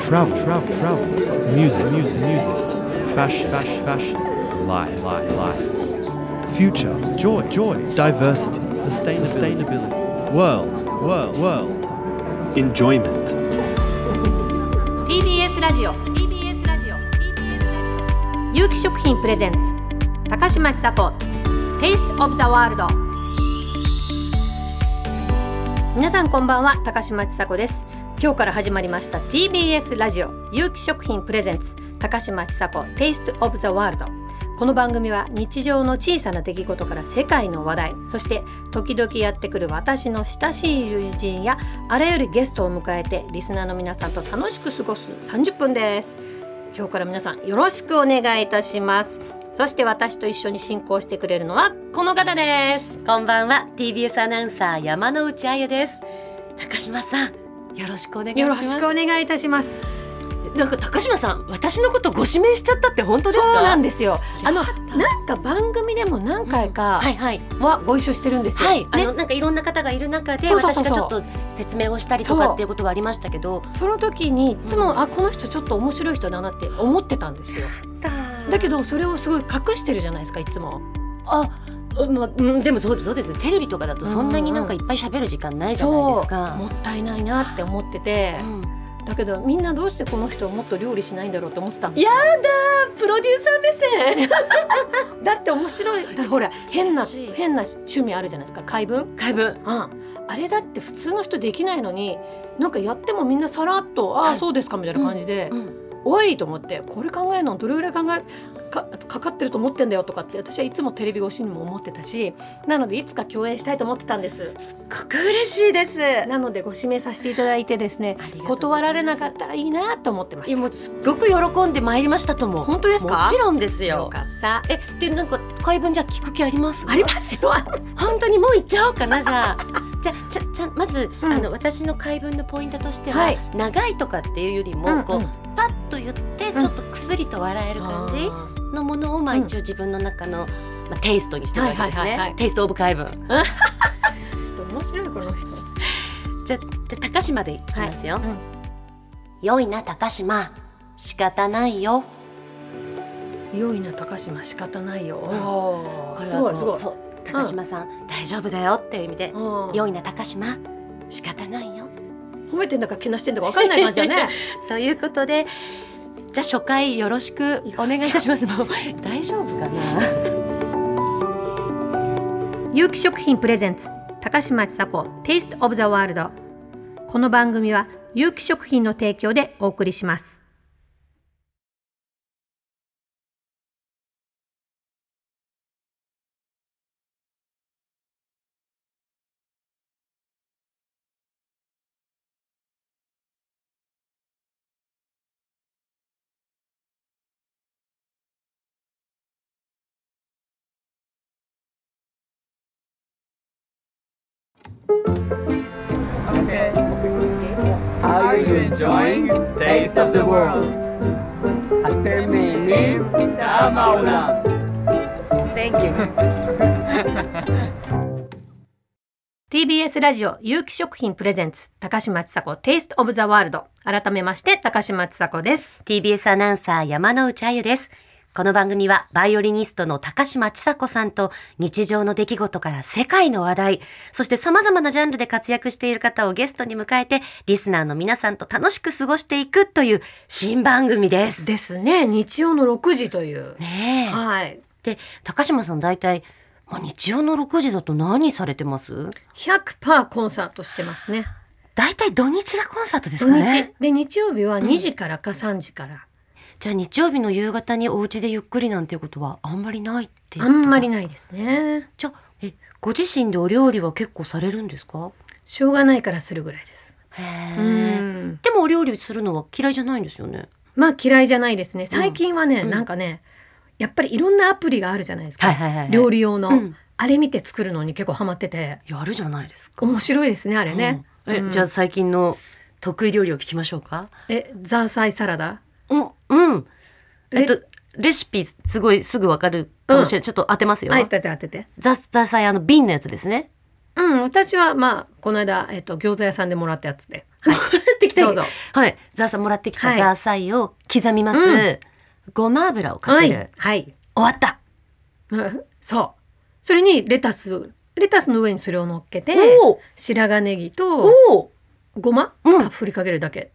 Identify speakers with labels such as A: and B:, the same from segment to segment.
A: travel, travel, travel, music, music, music, fashion, fashion, fashion, life, life, life, future, joy, joy, diversity, sustainability, sustainability. world, world, world, enjoyment.
B: TBS ラジオ TBS ラジオ TBS ラジオ有機食品プレゼンツ高嶋ちさ子 Taste of the World 皆さんこんばんは高嶋ちさ子です今日から始まりました TBS ラジオ有機食品プレゼンツ高嶋ちさ子 Taste of the World この番組は日常の小さな出来事から世界の話題そして時々やってくる私の親しい友人やあらゆるゲストを迎えてリスナーの皆さんと楽しく過ごす30分です今日から皆さんよろしくお願いいたしますそして私と一緒に進行してくれるのはこの方です
C: こんばんは TBS アナウンサー山之内あゆです高島さんよろしくお願いし
B: よ
C: ま
B: ろ
C: す
B: しくお願いいたします
C: なんか高島さん私のことご指名しちゃったって本当ですか
B: そうなん
C: で
B: ですよあ
C: あ
B: の
C: の
B: なんか番組でも何回か
C: はいはい
B: はご一緒してるんですよ、
C: はい、あの
B: ね、
C: なんかいろんな方がいる中で
B: そうそうそう
C: 私
B: そう
C: がちょっと説明をしたりと
B: そう
C: かっていうことはありましたけど
B: その時にいつも、あこの人ちょっと面白い人だなって思ってたんですよだ
C: だ
B: け
C: けど
B: どそれをすごい隠してるじゃないですかいつも
C: あまあうんでもそうそうですねテレビとかだとそんなになんかいっぱい喋る時間ないじゃないですか、
B: もったいないなって思ってて
C: うん
B: だけどみんなどうしてこの人をもっと料理しないんだろうって思ってたんです
C: やだプロデューサー目線
B: だって面白いだほら変な
C: し
B: 変な趣味あるじゃないですか怪文
C: 怪文
B: ああれだって普通の人できないのになんかやってもみんなさらっと「あ
C: は
B: あ
C: い
B: そうですか」みたいな感じで
C: うん
B: 「おい!」と思ってこれ考えるのどれぐらい考えかかかってると思ってんだよとかって私はいつもテレビ越しにも思ってたしなのでいつか共演したいと思ってたんです。
C: すっごく嬉しいです
B: なのでご指名させていただいてですね
C: ありがとうございます
B: 断られなかったらいいなと思ってま
C: い
B: し
C: や
B: た。
C: もうすっごく喜んでまいりましたとも
B: 本当ですか
C: もちろんですよ
B: よかった。
C: えでなんか怪文じゃ聞く気あります
B: ありますよ。あります
C: 本当にもう行っちゃおうかなじゃあ じゃあちゃちゃまず、
B: うん
C: あの私の怪文のポイントとしては、
B: はい
C: 長いとかっていうよりも、こうパッと言って
B: うん
C: ちょっとくすりと笑える感じのものを、まあ
B: うん
C: 一応自分の中の、まあ、テイストにしてるわけですね、
B: はいはいはいはい
C: テイストオブ怪文
B: ちょっと面白いこの人。
C: じゃじゃあ高島でいきますよ、
B: はいうん
C: 良いな高島仕方ないよ
B: 良いな高島仕方ないよ。
C: こ
B: こ
C: れ
B: れ
C: は
B: はもう
C: もうそう高島さん、大丈夫だよっていう意味で
B: うん
C: 良いな高島仕方ないよ
B: 褒めてんだかけなしてんだか分かんない感じ だね。
C: ということでじゃあ初回よろしくお願いいたし ますもう大丈夫かな
B: 有機食品プレゼンツ高嶋ちさ子 Taste of the World この番組は有機食品の提供でお送りします
D: Are you enjoying Taste of the World? אתם נהנים טעם העולם.
B: TBS ラジオ有機食品プレゼンツ高嶋ちさ子 Taste of the World 改めまして高嶋ちさ子です
C: TBS アナウンサー山之内あゆですこの番組はバイオリニストの高嶋ちさ子さんと日常の出来事から世界の話題、そして様々なジャンルで活躍している方をゲストに迎えて、リスナーの皆さんと楽しく過ごしていくという新番組です。
B: ですね日曜の6時という、
C: ねえ。
B: はい
C: で、高島さん大体、まあ、日曜の6時だと何されてます
B: 100%コンサートしてますね
C: 大体土日がコンサートです
B: 土
C: か
B: 日
C: ね。
B: で日曜日は2時からか3時から、
C: じゃあ日曜日の夕方にお家でゆっくりなんていうことはあんまりないっていう
B: あ
C: ことか
B: んまりないですね
C: じゃあえご自身でお料理は結構されるんですか
B: しょうがないからするぐらいです
C: へ
B: う
C: え
B: ん
C: でもお料理するのは嫌いじゃないんですよね
B: まあ嫌いじゃないですね最近はね、
C: ん
B: なんかねやっぱりいろんなアプリがあるじゃないですか、
C: はいはいはいはい
B: 料理用の、
C: うん
B: あれ見て作るのに結構ハマってて
C: やるじゃないですか
B: 面白いですねあれね、
C: うんえ、
B: うん
C: じゃあ最近の得意料理を聞きましょうか
B: えザーサイサラダ
C: うんうん
B: え
C: えっとレシピすごいすぐわかるかもしれない、ちょっと当てますよ
B: あえて当てて
C: ザザーサイあの瓶のやつですね
B: うん、私はまあこの間えっと餃子屋さんでもらったやつで。はい。
C: もらってきた
B: どうぞ
C: はいザーサイもらってきた
B: はい
C: ザーサイを刻みます、
B: うん
C: ごま油をか
B: は
C: ける、
B: い。はい。
C: 終わった
B: うんそう。それにレタス、レタスの上にそれを乗っけて
C: おー、
B: 白髪ネギと
C: おお、
B: ごま
C: うん
B: が振りかけるだけ。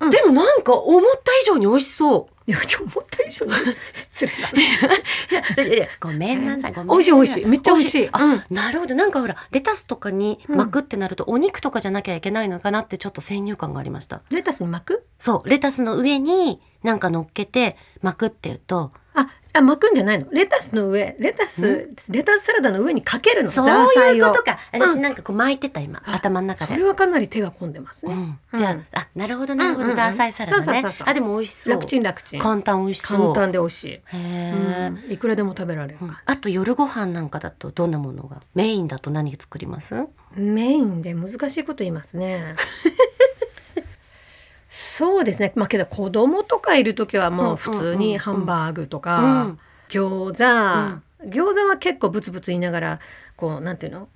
B: うん
C: でもなんか思った以上に美味しそう
B: いや、思った以 上に失礼だね。
C: いやいやごめんなさい、ごめんなさ
B: 美味しい美味しいめっちゃ美味しい
C: あ、
B: う
C: なるほど。なんかほら、レタスとかに巻くってなると、お肉とかじゃなきゃいけないのかなってちょっと先入観がありました。
B: レタスに巻く
C: そう、レタスの上になんか乗っけて巻くっていうと、
B: あ、あ巻くんじゃないのレタスの上、レタス、レタスサラダの上にかけるの。
C: そう
B: ザーサ
C: い
B: イ
C: う
B: を
C: ことか。私
B: うん
C: なんかこう巻いてた今、頭の中
B: そ
C: で。
B: れはかなり手が込んでます
C: う
B: ね。
C: ん、じゃあ、あ、なるほど、なるほ
B: うんうん
C: ど、
B: うん
C: ザーサイサラダ
B: そうそう
C: ね
B: そう。そう
C: あ、でも美味しそう。
B: 楽ちん楽ちん。
C: 簡単美味しそ
B: 簡
C: う。
B: 単で美味しい。
C: へえ、
B: うんいくらでも食べられる
C: う
B: か
C: ん
B: ら。
C: あと夜ご飯なんかだとどんなものがメインだと何作ります
B: メインで難しいこと言いますね。 そうですね。まあけど子供とかいる時はもう普通にハンバーグとか、餃子、餃子は結構ブツブツ言いながらこうなんていうの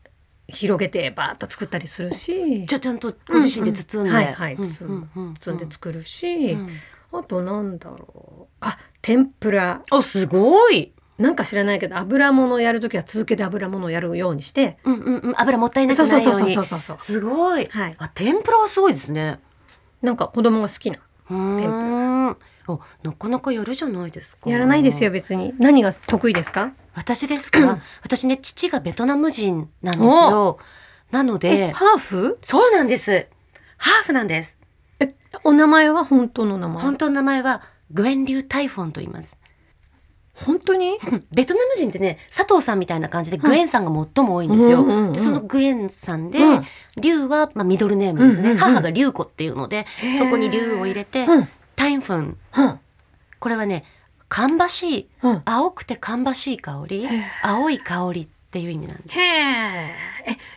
B: 広げてバーッと作ったりするし
C: じゃあちゃんとご自身で包んで、
B: うんうんはいはい
C: うんうん
B: 包む
C: うんうん
B: 包んで作るし、
C: うん
B: あとなんだろうあ天ぷら
C: あすごい、
B: なんか知らないけど油物をやる時は続けて油物をやるようにして
C: うんうんうん、油もったいなく
B: そう
C: な
B: そう
C: いよ
B: そう
C: う
B: そ
C: に
B: うそうそうそう
C: すごい、
B: はい
C: あ天ぷらはすごいですね
B: なんか子供が好きな
C: うーんおなかなかやるじゃないですか
B: やらないですよ別に何が得意ですか
C: 私です か私ね父がベトナム人なんですよなの
B: え
C: で
B: ハーフ
C: そうなんですハーフなんです
B: えお名前は本当の名前
C: 本当の名前はグエン・リュウ・タイフォンと言います
B: 本当に
C: ベトナム人ってね佐藤さんみたいな感じでグエンさんが最も多いんですよ。
B: うんうんうんうん
C: でそのグエンさんで、
B: うん
C: リュウは、まあ、ミドルネームですね、
B: うんうんうん
C: 母がリュウ子っていうので
B: ー
C: そこにリュウを入れて、
B: うん
C: タイフン
B: うん
C: これはね芳しい、
B: うん
C: 青くて芳しい香り青い香りっていう意味なんです。
B: へえ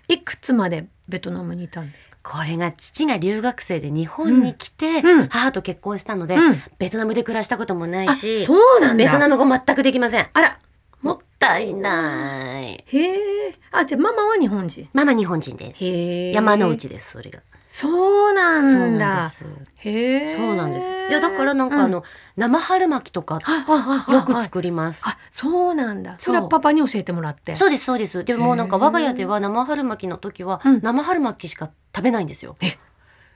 B: えいくつまでベトナムにいたんですか
C: これが父が留学生で日本に来て、
B: うんうん
C: 母と結婚したので、
B: うん
C: ベトナムで暮らしたこともないし
B: あそうなんだ
C: ベトナム語全くできません。
B: あら
C: もったいない。
B: へえあじゃあママは日本人
C: ママ日本人です。
B: へえ
C: 山の内ですそれが。
B: そうなんだ
C: そうなんです。
B: へえ
C: そうなんです。いやだからなんかあの、生春巻きとか
B: の
C: よく作ります。
B: あそうなんだ
C: そ
B: そうれはパパに教えてもらって
C: そうですそうです。でももうなんか
B: へー
C: 我が家では生春巻きの時は
B: うん
C: 生春巻きしか食べないんですよ。
B: え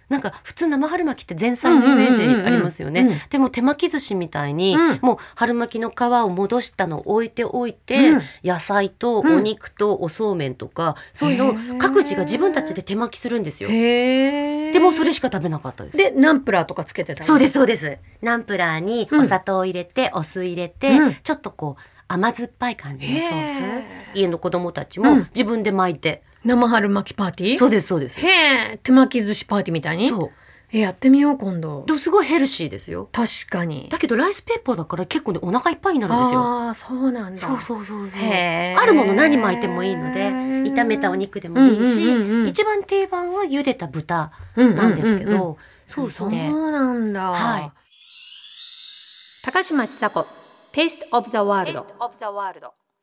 C: なんか普通生春巻きって前菜のイメージありますよ
B: うんうんうんうん
C: ね。でも手巻き寿司みたいに、
B: うん
C: もう春巻きの皮を戻したのを置いておいて、
B: うん
C: 野菜とお肉とおそうめんとか、そういうのを各自が自分たちで手巻きするんですよ。
B: へえ
C: でもそれしか食べなかったです。
B: でナンプラーとかつけてた
C: そうですすそうです。ナンプラーに
B: うん
C: お砂糖を入れて、お酢入れて、
B: うん
C: ちょっとこう甘酸っぱい感じのソー
B: へ
C: ス。家の子供たち
B: う
C: も
B: ん
C: 自分で巻いて。
B: 生春巻きパーティー
C: そうですそうです。
B: へえ手巻き寿司パーティーみたいに
C: そう。
B: えやってみよう今度
C: でもすごいヘルシーですよ。
B: 確かに
C: だけどライスペーパーだから結構ねお腹いっぱいになるんですよ。
B: ああそうなんだ
C: そうそうそうそう。
B: へー
C: あるもの何巻いてもいいので、炒めたお肉でもいいし、
B: うんうんうんうん
C: 一番定番は茹でた豚
B: うん
C: なんですけど、
B: うんうんうん
C: そうです
B: そう
C: ね。
B: なんだ、
C: はい、
B: 高嶋ちさ子 Taste of the World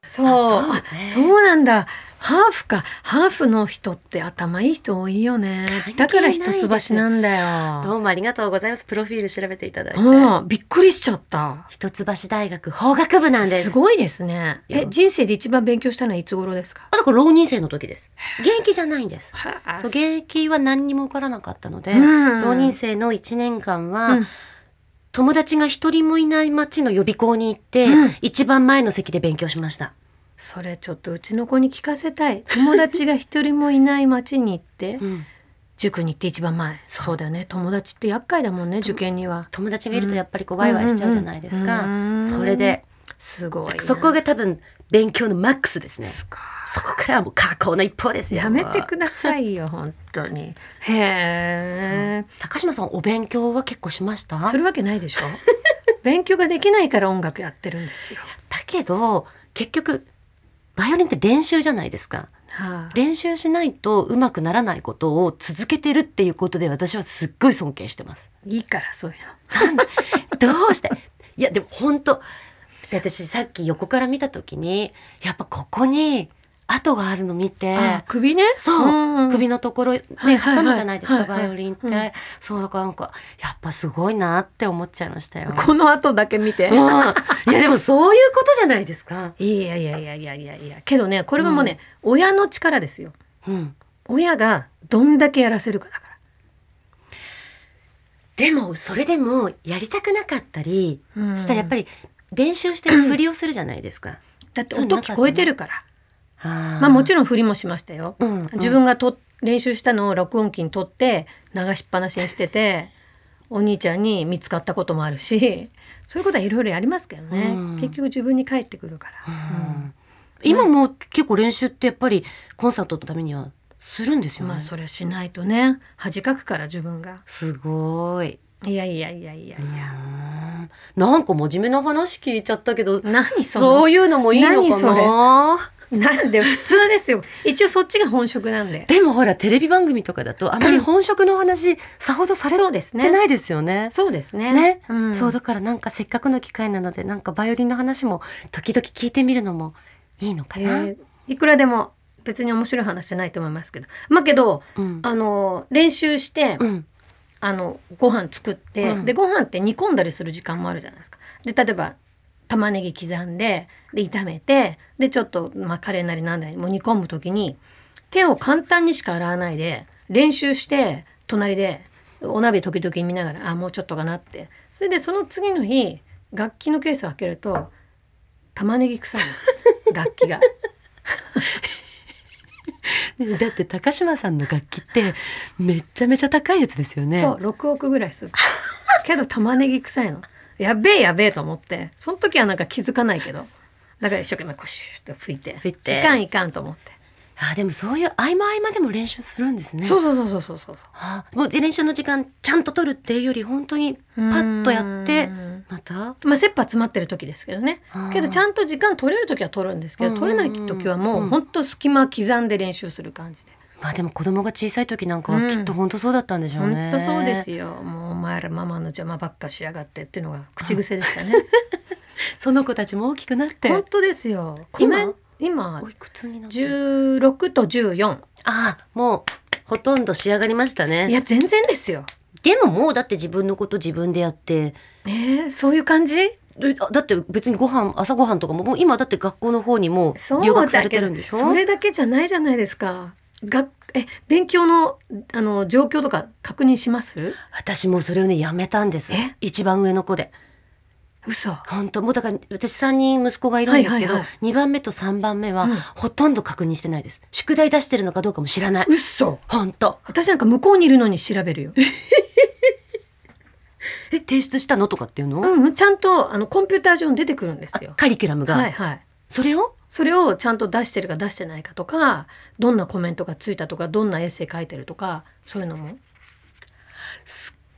B: そう
C: あそうね
B: あそうなんだハーフかハーフの人って頭いい人多いよね
C: 係
B: だから一橋なんだよ
C: どうもありがとうございます。プロフィール調べていただいて。
B: うんびっくりしちゃった
C: 一橋大学法学部なんですす。
B: ごいですねえ
C: よ
B: 人生で一番勉強したのはいつ頃ですか
C: あだから浪人生の時です。現役じゃないんです。そう現
B: 芸
C: 役は何にも受からなかったので、
B: うん
C: 浪人生の1年間は、
B: うん
C: 友達が一人もいない町の予備校に行って、
B: うん
C: 一番前の席で勉強しました。
B: それちょっとうちの子に聞かせたい友達が一人もいない町に行って
C: ん
B: 塾に行って一番前そうだよね友達って厄介だもんね受験には
C: 友達がいるとやっぱりこうワイワイしちゃうじゃないですか。
B: うんうん
C: それで、
B: すごいな
C: そこが多分勉強のマックスですね。
B: すごい
C: そこからはもう下校の一方ですよ。
B: やめてくださいよ本当にへえ
C: 高島さんお勉強は結構しました
B: するわけないで しょ勉強ができないから音楽やってるんですよ、
C: だけど、結局、バイオリンって練習じゃないですか。
B: はあ、
C: 練習しないと上手くならないことを続けてるっていうことで私はすっごい尊敬してます。
B: いいからそういう
C: ど うしていやでも本当で私さっき横から見た時にやっぱここに跡があるの見て、
B: あ首ね
C: そう、
B: ん
C: 首のところ、ね、
B: はいはい
C: 挟
B: はい
C: むじゃないですか、
B: はいはい
C: バイオリンって、
B: うん
C: そうだからなんかやっぱすごいなって思っちゃいましたよ。
B: この後だけ見
C: う
B: て
C: ん、いやでもそういうことじゃないですか。
B: いやいやいやいやいやいやけどねこれはもうね、親の力ですよ
C: うん、
B: 親がどんだけやらせるかだか
C: でもそれでもやりたくなかったり
B: うん
C: したらやっぱり練習してるふりをするじゃないですか。
B: らだって
C: そう
B: 音
C: なかったね
B: 聞こえてるから
C: ま
B: まあもちろん振りもしましたよ、
C: うんうん
B: 自分がと練習したのを録音機に取って流しっぱなしにして てお兄ちゃんに見つかったこともあるしそういうことはいろいろやりますけどね、
C: うん
B: 結局自分に返ってくるから、
C: 今も結構練習ってやっぱりコンサートのためにはするんですよね。
B: まあそれしないとね恥かくから自分が
C: すごい。
B: いやいやいやいやいや、
C: うんなんか真面目な話聞いちゃったけど、
B: 何その
C: そういうのもいいの
B: 何それ
C: かな。
B: なんで普通ですよ一応そっちが本職なんで
C: でもほらテレビ番組とかだとあまり本職の話さほどされ
B: そうですね
C: てないですよね。
B: そうですね
C: ね、
B: ん、
C: そうだからなんかせっかくの機会なのでなんかバイオリンの話も時々聞いてみるのもいいのか
B: え
C: な。
B: ーいくらでも別に面白い話じゃないと思いますけどまあけど、
C: うん
B: あの練習して、
C: うん
B: あのご飯作って、
C: うん
B: でご飯って煮込んだりする時間もあるじゃないですか。で例えば玉ねぎ刻んでで炒めてでちょっと、まあ、カレーなりなんなりもう煮込む時に手を簡単にしか洗わないで練習して隣でお鍋時々見ながらあもうちょっとかなってそれでその次の日楽器のケースを開けると玉ねぎ臭いんです楽器が。
C: だって高島さんの楽器ってめっちゃめちゃ高いやつですよね。
B: そう6億ぐらいするけど玉ねぎ臭いのやべえやべえと思ってその時はなんか気づかないけどだから一生懸命こうシューッと拭いて
C: 拭いて
B: かんいかんと思って、
C: あでもそういう合間合間でも練習するんですね。
B: そうそうそうそうそうそう
C: あもう練習の時間ちゃんと取るっていうより本当にパッとやって
B: うーん
C: また
B: まあ切羽詰まってる時ですけどね
C: あー
B: けどちゃんと時間取れる時は取るんですけ
C: うん
B: ど
C: うんう
B: 取れ
C: ん
B: ない時はもうほんと隙間刻んで練習する感じで
C: まあでも子供が小さい時なんかはきっと本当そうだったんでしょう
B: ほ
C: ね。
B: んとそうですよもうお前らママの邪魔ばっかしやがってっていうのが口癖でした ね
C: その子たちも大きくなって
B: 本当ですよ
C: 今
B: この今
C: おいくつになって
B: 16と14
C: ああもうほとんど仕上がりました
B: い
C: ね。
B: や全然ですよ。
C: でももうだって自分のこと自分でやって
B: えー、そういう感じ
C: であだって別にご飯朝ご飯とかももう今だって学校の方にも
B: そう
C: う留学さ
B: だ
C: れて
B: け
C: る
B: ど
C: んでしょ
B: それだけじゃないじゃないですか。がえ勉強のあの状況とか確認します
C: 私もうそれをねやめたんです
B: え
C: 一番上の子で。
B: 嘘
C: 本当もうだから私3人息子がいるんですけど、
B: はいはいはい
C: 2番目と3番目は
B: うん
C: ほとんど確認してないです、宿題出してるのかどうかも知らない
B: 嘘
C: 本当
B: 私なんか向こうにいるのに調べるよ。
C: え提出したのとかっていうの、
B: うんうん、ちゃんとあのコンピューター上に出てくるんですよ。
C: カリキュラムが、
B: はいはい。
C: それを
B: それをちゃんと出してるか出してないかとかどんなコメントがついたとかどんなエッセイ書いてるとかそういうのも。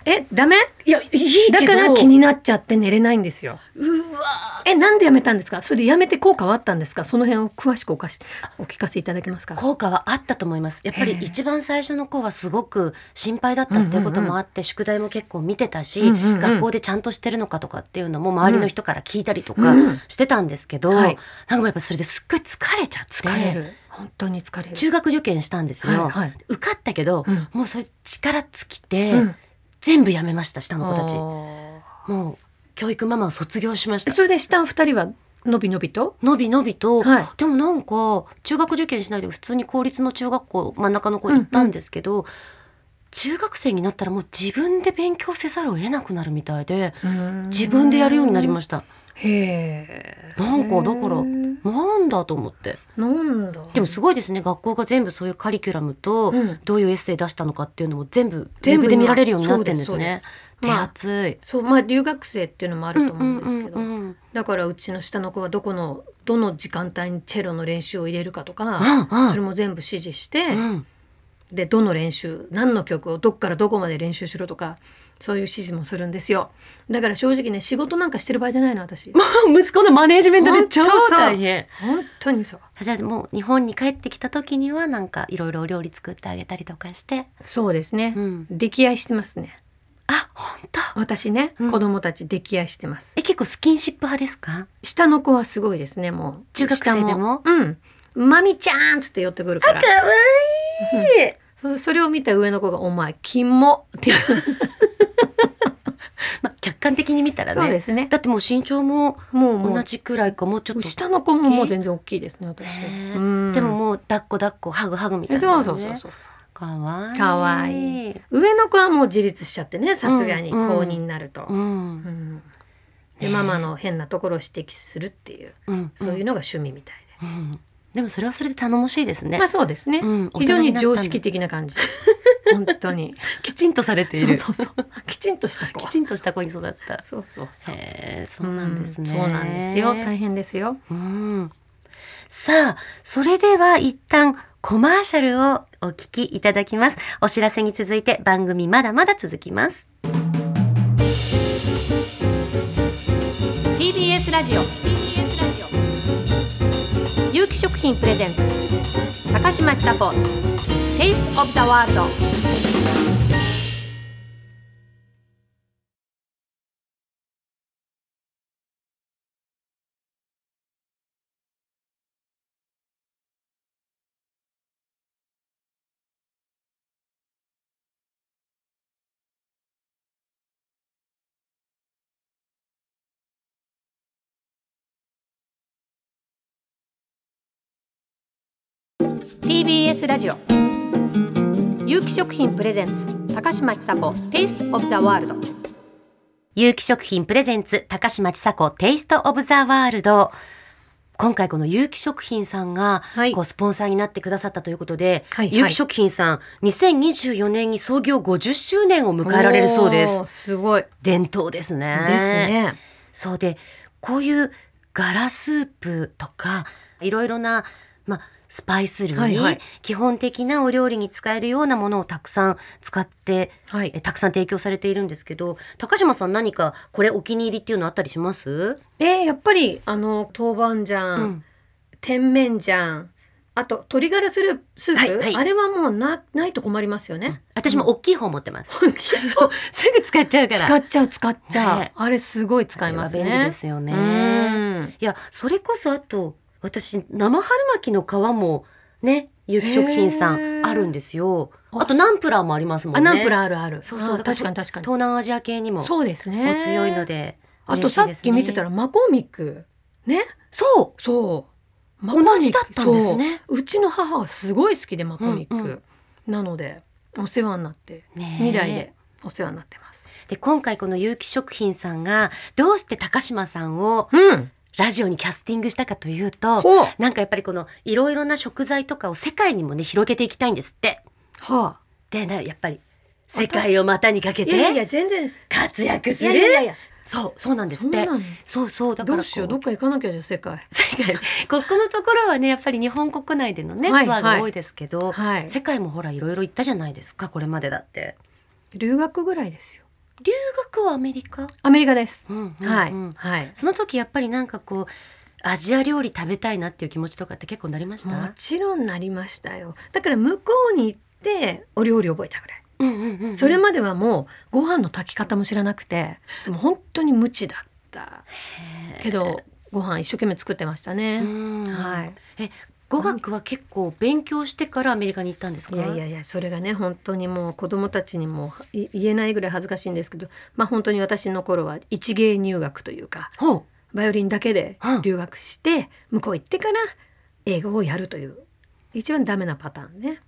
B: えダメ
C: いやいい
B: だから気になっちゃって寝れないんですよ。
C: うわ
B: え、なんでやめたんですかそれでやめて効果はあったんですかその辺を詳しくおかしお聞かせいただけますか
C: ー効果はあったと思いますやっぱり
B: へー
C: 一番最初の子はすごく心配だったっていうこともあって、宿題も結構見てたし、
B: うんうんうん
C: 学校でちゃんとしてるのかとかっていうのも周りの人から聞いたりとか
B: うん
C: してたんですけど、
B: はい
C: なんかもうやっぱそれですっごい疲れちゃって
B: 疲れる。本当に疲れる。
C: 中学受験したんですよ、
B: はいはい
C: 受かったけど、
B: うん
C: もうそれ力尽きて、
B: うん
C: 全部やめました下の
B: の
C: 子
B: 子
C: た
B: た
C: ち
B: ち。
C: もう教育ママを卒業しました
B: それで下の二人はのびのびと
C: のびのびと、
B: はい
C: でもなんか中学受験しないで普通に公立の中学校真ん中の子行ったんですけど、中学生になったらもう自分で勉強せざるを得なくなるみたいで自分でやるようになりま
B: し
C: した
B: た。へえ。
C: なんかだから
B: うん
C: なんだと思って
B: なんだ。
C: でもすごいですね学校が全部そういうカリキュラムと
B: うん
C: どういうエッセイ出したのかっていうのも全部ウェ
B: 全
C: ブ
B: 部
C: で見られるようになってるんで
B: そ
C: す
B: うです
C: ね
B: そうです
C: 手
B: まあ
C: 厚い
B: そう、まあ留学生っていうのもあると思うんですけ
C: う
B: ど。
C: んうんうん
B: だからうちの下の子はどこの、どの時間帯にチェロの練習を入れるかとか、
C: うんうん
B: それも全部指示して、
C: うん
B: でどの練習何の曲をどっからどこまで練習しろとかそういう指示もするんですよだから正直ね仕事なんかしてる場合じゃないの私
C: まあ息子のマネージメントで超
B: 本当そう
C: 大変
B: 本当にそう
C: じゃあもう日本に帰ってきた時にはなんかいろいろお料理作ってあげたりとかして
B: そうですね、
C: うん
B: 溺愛してますね
C: あ本当
B: 私ね、
C: うん
B: 子供たち溺愛してます
C: え結構スキンシップ派ですか
B: 下の子はすごいですねもう
C: 中学生でも
B: 下うんマミちゃんっつって寄ってくるから
C: か。わいい。
B: そそれを見た上の子が、お前、キモっていう。
C: まあ、客観的に見たらね。
B: そうですね
C: だってもう身長も
B: もうもう
C: 同じくらいか、もうちょっと。
B: 下の子ももう全然大きいですね、私。
C: ね
B: うん
C: でももう抱っこ抱っこハグハグみたいな、ね。
B: そうそうそうそう。
C: かわいい。
B: かわいい。上の子はもう自立しちゃってね、さすがに
C: うん
B: 高認になると。
C: うん。
B: うんで、ママの変なところを指摘するっていう、
C: うん。
B: そういうのが趣味みたいで。
C: うん。でもそれはそれで頼もしいですね。
B: まあそうですね
C: うん。
B: 非常に常識的 な感じ。本当に。
C: きちんとされてい
B: そう
C: る。
B: そうそう。きちんとした子。
C: きちんとした子に育った。
B: そうそうそう。
C: へえ、そうなんですね。
B: うんそうなんですよ。大変ですよ。
C: うん。さあ、それでは一旦コマーシャルをお聞きいただきます。お知らせに続いて番組まだまだ続きます。
B: TBS ラジオ TBS ラジオ有機食品プレゼンツ高嶋ちさ子 Taste of the World TBS ラジオ有機食品プレゼンツ高嶋ちさ子 Taste of the World
C: 有機食品プレゼンツ、高島千佐子テイストオブザワールド。今回この有機食品さんが、
B: はい
C: こうスポンサーになってくださったということで、
B: はいはい
C: 有機食品さん2024年に創業50周年を迎えられるそうです
B: おー。すごいで
C: 伝統ですね。
B: すね
C: そうでこういうガラスープとかいろいろな、まあ、スパイス類、
B: はいはい
C: 基本的なお料理に使えるようなものをたくさん使って、
B: はい
C: えたくさん提供されているんですけど高島さん何かこれお気に入りっていうのあったりします
B: えーやっぱりあの豆板醤、
C: うん
B: 甜麺醤あと鶏ガラスープスープ、
C: はいはい
B: あれはもうなないと困りますよね、
C: 私も大きい方持ってます。 すぐ使っちゃうから。
B: 使っちゃう使っちゃう、
C: ね
B: あれすごい使いますね
C: あれは便利ですよね
B: うん
C: いやそれこそあと私生春巻きの皮もね有機食品さ
B: へ
C: ん
B: ー
C: あるんですよ。
B: あ
C: あとナンプラーもありますもん
B: あ
C: ね。
B: ナンプラーあるある
C: そうそう
B: あ確かに確かに
C: 東南アジア系にも
B: そうですね
C: お強いので
B: あとさ
C: 嬉し
B: っ
C: いです
B: き
C: ね
B: 見てたらマコミックね
C: そ
B: そう
C: 同じだったんですね
B: そううちの母はすごい好きでマコミック、
C: うんう
B: なのでお世話になって、
C: ねえ
B: 未来でお世話になってます
C: うで今回この有機食品さんがどうして高島さんを
B: うん
C: ラジオにキャスティングしたかというと
B: ほう
C: なんかやっぱりこのいろいろな食材とかを世界にもね広げていきたいんですって
B: はあ
C: でなやっぱり世界を股にかけ
B: いやい
C: て
B: や全然
C: 活躍する
B: いやいやいや
C: そうそうなんですって
B: そうなの
C: そうそうだから
B: ど
C: こ
B: うしようどっか行かなきゃじゃあ世界
C: 世界ここのところはねやっぱり日本国内でのね、
B: はい
C: ツアーが多いですけど、
B: はい
C: 世界もほらいろいろ行ったじゃないですかこれまでだって。
B: 留学ぐらいですよ
C: 留学はアメリカ、
B: アメリカです、
C: うん
B: はい、はい
C: その時やっぱりなんかこうアジア料理食べたいなっていう気持ちとかって結構なりまし
B: も
C: た、
B: ちろんなりましたよだから向こうに行ってお料理覚えたぐらい
C: うんうんうん
B: それまではもうご飯の炊き方も知らなくてでも本当に無知だったけどご飯一生懸命作ってましたね、
C: うん
B: はい
C: え語学は結構勉強してからアメリカに行ったんですか
B: いやいやいやそれがね本当にもう子供たちにもい言えないぐらい恥ずかしいんですけどまあ本当に私の頃は一芸入学というか
C: ほう
B: バイオリンだけで
C: うん
B: 留学して向こう行ってから英語をやるという一番ダメなパターンね。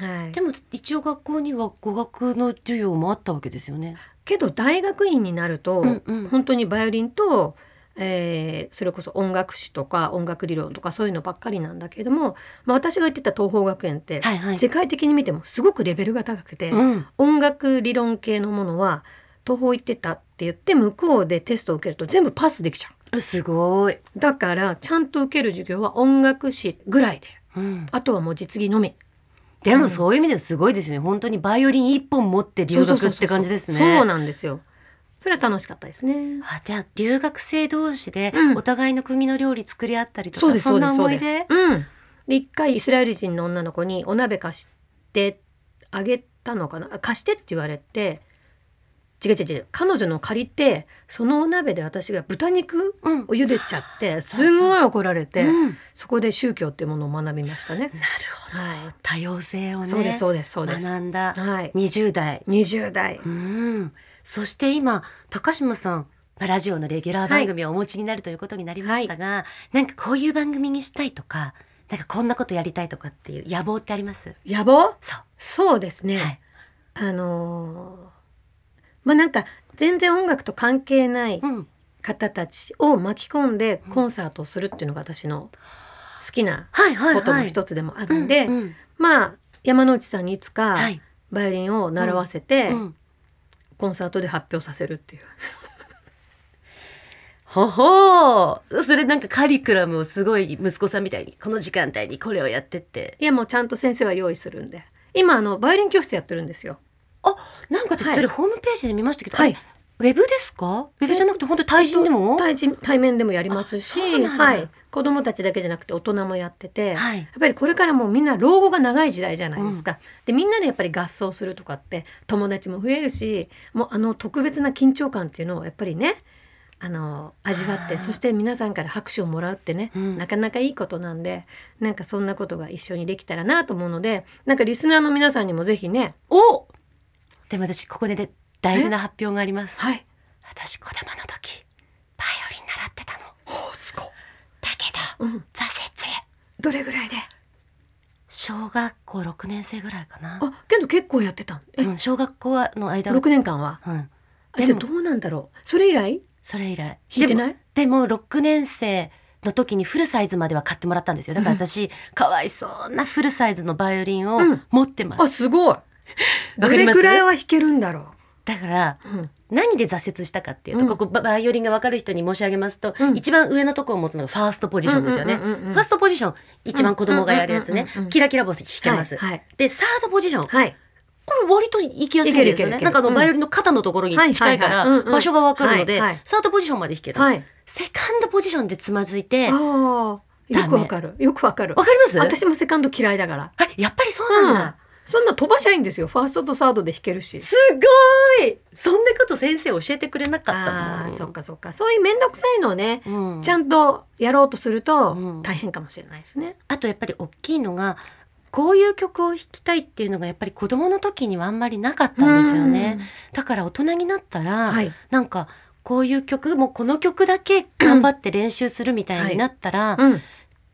B: はい、
C: でも一応学校には語学の授業もあったわけですよね
B: けど大学院になると、
C: うんうん
B: 本当にバイオリンと、えーそれこそ音楽史とか音楽理論とかそういうのばっかりなんだけれども、まあ、私が行ってた東邦学園って、
C: はいはい
B: 世界的に見てもすごくレベルが高くて、
C: うん
B: 音楽理論系のものは東邦行ってたって言って向こうでテストを受けると全部パスできちゃう。
C: すごい、
B: だからちゃんと受ける授業は音楽史ぐらいで
C: うん、
B: あとはもう実技のみ。
C: でもそういう意味ではすごいですよね本当にバイオリン一本持って留学って感じですね
B: そうそうそうそうなんですよ。それは楽しかったですね。
C: あじゃあ留学生同士で
B: うん
C: お互いの国の料理作り合ったりとか、
B: そうですそ
C: ん
B: うで
C: な
B: すそう
C: 思い
B: で
C: 出
B: す。うん。で一回イスラエル人の女の子にお鍋貸してあげたのかなあ貸してって言われて違う違う違う彼女の借りてそのお鍋で私が豚肉
C: うん
B: を茹でちゃって、すんごい怒られて、
C: うん
B: そこで宗教っていうものを学びましたね。
C: なるほど、
B: は
C: 多様性をね
B: そうですそうですそうです
C: 学んだ
B: はい
C: 20代、
B: 20代
C: うんそして今高島さんまあラジオのレギュラー番組をお持ちになるということになりましたが、なんかこういう番組にしたいとかなんかこんなことやりたいとかっていう野望ってあります
B: 野望
C: そう
B: そうですね、
C: はい
B: あのーまあなんか全然音楽と関係ない
C: うん
B: 方たちを巻き込んでコンサートをするっていうのが私の好きな
C: はいはい
B: こと
C: は
B: の
C: い
B: 一つでもあるんで、
C: うんうん
B: まあ山之内さんにいつか
C: はい
B: バイオリンを習わせて
C: うん
B: コンサートで発表させるっていう、
C: ほほーそれなんかカリクラムをすごい息子さんみたいにこの時間帯にこれをやってって
B: いやもうちゃんと先生は用意するんで今あのバイオリン教室やってるんですよ
C: あなんか私
B: はい
C: それホームページで見ましたけど、
B: は
C: あ
B: い
C: れウェブですかウェブじゃなくて本当に対人でも、
B: 対人対面でもやり
C: あ
B: ます
C: そう
B: し、
C: なんだ
B: はい、子供たちだけじゃなくて大人もやってて、
C: はい
B: やっぱりこれからもうみんな老後が長い時代じゃないですか、でみんなでやっぱり合奏するとかって友達も増えるしもうあの特別な緊張感っていうのをやっぱりねあの味わってそして皆さんから拍手をもらうってね、
C: うん
B: なかなかいいことなんでなんかそんなことが一緒にできたらなと思うのでなんかリスナーの皆さんにもぜひね
C: おでも私ここでね大事な発表があります
B: はい
C: 私子供の時バイオリン習ってたの
B: おすご
C: だけど、
B: うん
C: 挫折
B: どれぐらいで
C: 小学校6年生ぐらいかな、
B: あけど結構やってたえ、
C: うん、小学校の間は、
B: 6年間は
C: うん、
B: あじゃあどうなんだろうそれ以来
C: それ以来
B: 弾いてない
C: でもでも6年生の時にフルサイズまでは買ってもらったんですよだから私、かわいそうなフルサイズのバイオリンを
B: うん
C: 持ってます、
B: あす ごいど
C: かり
B: れ
C: ます
B: くらいは弾けるんだろ
C: だから
B: う、うん、
C: 何で挫折したかっていうと、
B: うん
C: ここババイオリンが分かる人に申し上げますと、
B: うん
C: 一番上のとこを持つのがファーストポジションですよね、
B: うんうんうんうん
C: ファーストポジション一番子供がやるやつね、
B: うんうんうんうんうん
C: キラキラ星弾けます、
B: はいはい
C: でサードポジション、
B: はい
C: これ割といきやすいんですよ
B: いけるいけるい
C: ね
B: ける
C: なんかあの
B: うん
C: バイオリンの肩のところに近いか
B: はいはいはい
C: ら
B: うんうん
C: 場所が分かるので、
B: はいはい
C: サードポジションまで弾けた、
B: はい
C: セカンドポジションでつまずいて分か
B: ああ
C: ダメ
B: よくわかるよくわか
C: り
B: る
C: ます
B: 私もセカンド嫌いだから
C: あやっぱりそうなんだ、
B: そんな飛ばしゃいいんですよファーストとサードで弾けるし
C: すごいそんなこと先生教えてくれなかった
B: あ
C: も
B: あ
C: ん
B: そっかそっかそういう面倒くさいのをね、
C: うん
B: ちゃんとやろうとする
C: う
B: と
C: ん
B: 大変かもしれないですね、
C: あとやっぱり大きいのがこういう曲を弾きたいっていうのがやっぱり子供の時にはあんまりなかったんですよね
B: うん。
C: だから大人になったら、
B: はい
C: なんかこういう曲もうこの曲だけ頑張って練習するみたいになったら、
B: うん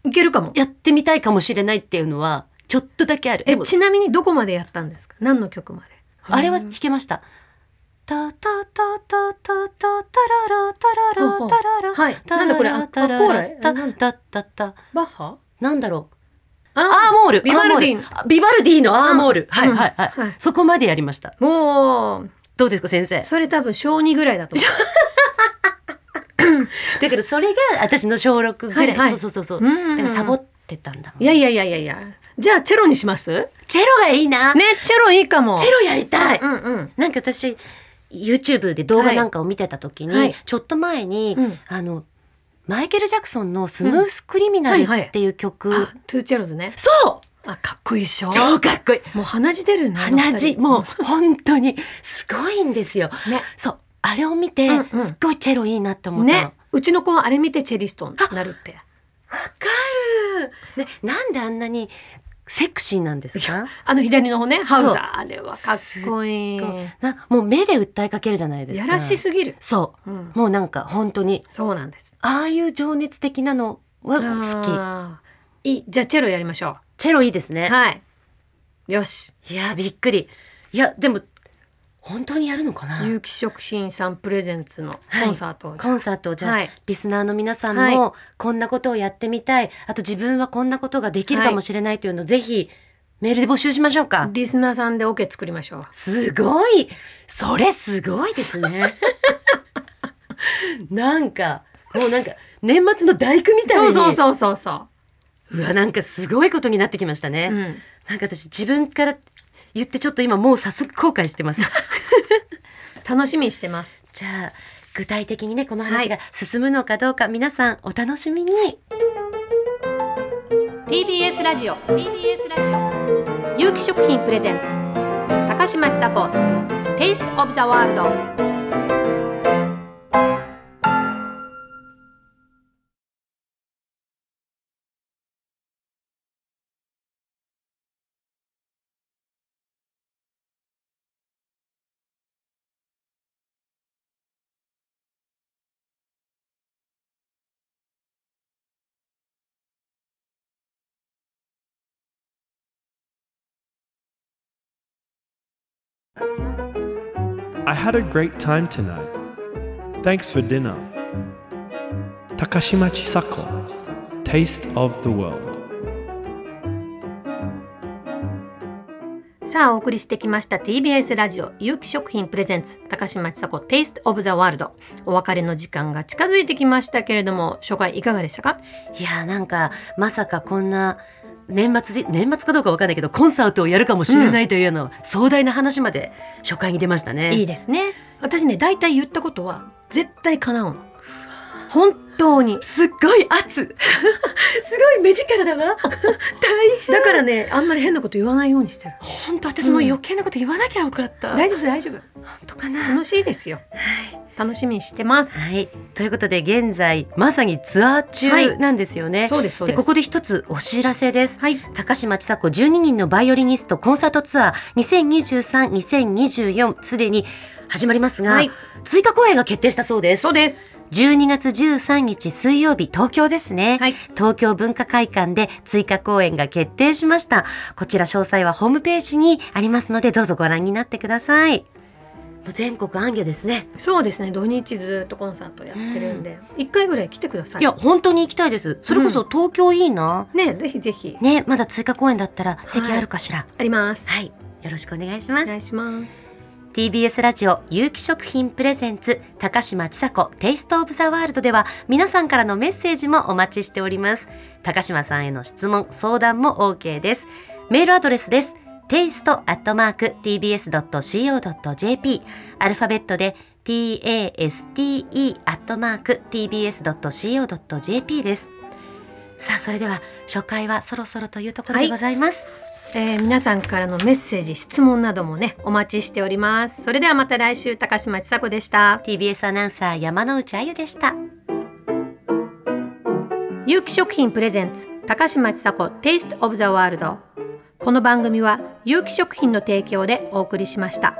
B: いけるかも
C: やってみたいかもしれないっていうのはちょっとだけある。で
B: え
C: も
B: ちなみにどこまでやったんですか何の曲まで
C: あれは弾けました。タタタタタタタララタララタララ
B: はいなんだこれあ
C: タララ
B: あコーラえ
C: タ
B: なん
C: タタタ
B: バッハ
C: なんだろうア
B: あ
C: ーモール
B: ビバルディン
C: アーモールあビバルディのアーモール、
B: うん
C: はいはいはい、
B: はい
C: そこまでやりました
B: もう
C: どうですか先 生
B: それ多分小2ぐらいだと思
C: だからそれが私の小6ぐらい、
B: はいはい
C: そうそうそうそう
B: う。うんうんうん
C: だからサボってたんだもん
B: いやいやいやいやいや。じゃあチェロにします？ね、
C: チェロがいいな、
B: チェロいいかも。
C: チェロやりたい、
B: うんうん。
C: なんか私 YouTube で動画なんかを見てた時に、
B: はいはい
C: ちょっと前に、
B: うん
C: あのマイケル・ジャクソンの「スムース・クリミナル」
B: うんはいはい
C: っていう曲、
B: あ、トゥーチェロズね。
C: そう
B: あ、かっこいいっしょ。
C: 超かっこいい
B: もう鼻血出るね。
C: 鼻血
B: あの
C: もう本当にすごいんですよ、
B: ね
C: そうあれを見て、
B: うんうん
C: すっごいチェロいいなって思
B: 二人
C: ったの
B: ね。うちの子はあれ見てチェリストになるって。
C: わかる、ね、なんであんなにセクシーなんですか
B: あの左の方ね、ハウザ
C: そう
B: ー。あれはかっこいい。
C: なもう目で訴えかけるじゃないですか
B: やらしすぎる。
C: そう、
B: うん
C: もうなんか本当に
B: そうなんです。
C: ああいう情熱的なのは好き
B: 好き。いい。じゃあチェロやりましょ
C: チェロいいです
B: う。
C: ね、
B: はい。よし。
C: い、やびっくりいやでも本当にやるのかな
B: 有機食品さんプレゼンツのコンサートを
C: コンサートをじゃあ、
B: はい
C: リスナーの皆さん
B: は
C: もこんなことをやってみたい、あと自分はこんなことができるかもしれないというのをぜひメールで募集しましょうか、
B: リスナーさんでオ、ケ作りましょう。
C: すごいそれすごいですね なんかもうなんか年末の大工みたい
B: そう
C: に
B: そうそうそうそう
C: わなんかすごいことになってきましたね、
B: う。
C: なんか私自分から言ってちょっと今もう早速後悔してます
B: 楽しみにしてます。
C: じゃあ具体的にねこの話が進むのかどうか、皆さんお楽しみに
B: TBS ラジオ TBS ラジオ有機食品プレゼンツ高嶋ちさ子 Taste of the World
A: あ I had a great time tonight. Thanks for dinner. 高島千佐子 Taste of the World
B: さあお送りしてきました TBS ラジオ有機食品プレゼンツ高嶋ちさ子 Taste of the World お別れの時間が近づいてきましたけれども初回いかがでしたか
C: いやーなんかまさかこんな年末じ年末かどうかわかんないけどコンサートをやるかもしれないというような壮大な話まで初回に出ましたね。
B: いいですね私ね大体言ったことは絶対叶うの本当に
C: すっ ごい圧すごい目力だわ大変
B: だからねあんまり変なこと言わないようにしてる
C: 本当私
B: も余
C: 計なこと言わなきゃよかった
B: 大丈夫大丈夫
C: 夫かな
B: 楽しいですよ楽しみにしてます
C: はいということで現在まさにツアー中なんですよね、
B: そうですそう
C: で
B: です
C: ここで一つお知らせです、
B: はい
C: 高嶋ちさ子12人のバイオリニストコンサートツアー2023-2024すでに始まりますが、
B: はい
C: 追加公演が決定したそうです
B: そうです
C: 12月13日水曜日東京ですね、
B: はい
C: 東京文化会館で追加公演が決定しましたこちら詳細はホームページにありますのでどうぞご覧になってくださいもう全国暗夜ですね
B: そうですね土日ずっとコンサートやってるんで一、回ぐらい来てください
C: いや本当に行きたいですそれこそ東京いいな、
B: ねぜひぜひ
C: ねまだ追加公演だったら席あるかしら
B: あります
C: はい、よろしくお願いしま
B: お
C: す
B: 願いします
C: TBS ラジオ有機食品プレゼンツ高嶋ちさ子テイストオブザワールドでは皆さんからのメッセージもお待ちしております高嶋さんへの質問相談も OK ですメールアドレスです taste.tbs.co.jp アルファベットで taste.tbs.co.jp ですさあそれでは初回はそろそろというところでございます、
B: えー、皆さんからのメッセージ質問などもねお待ちしておりますそれではまた来週高島千佐子でした
C: TBS アナウンサー山之内あゆでした
B: 有機食品プレゼンツ高嶋ちさ子 Taste of the World この番組は有機食品の提供でお送りしました。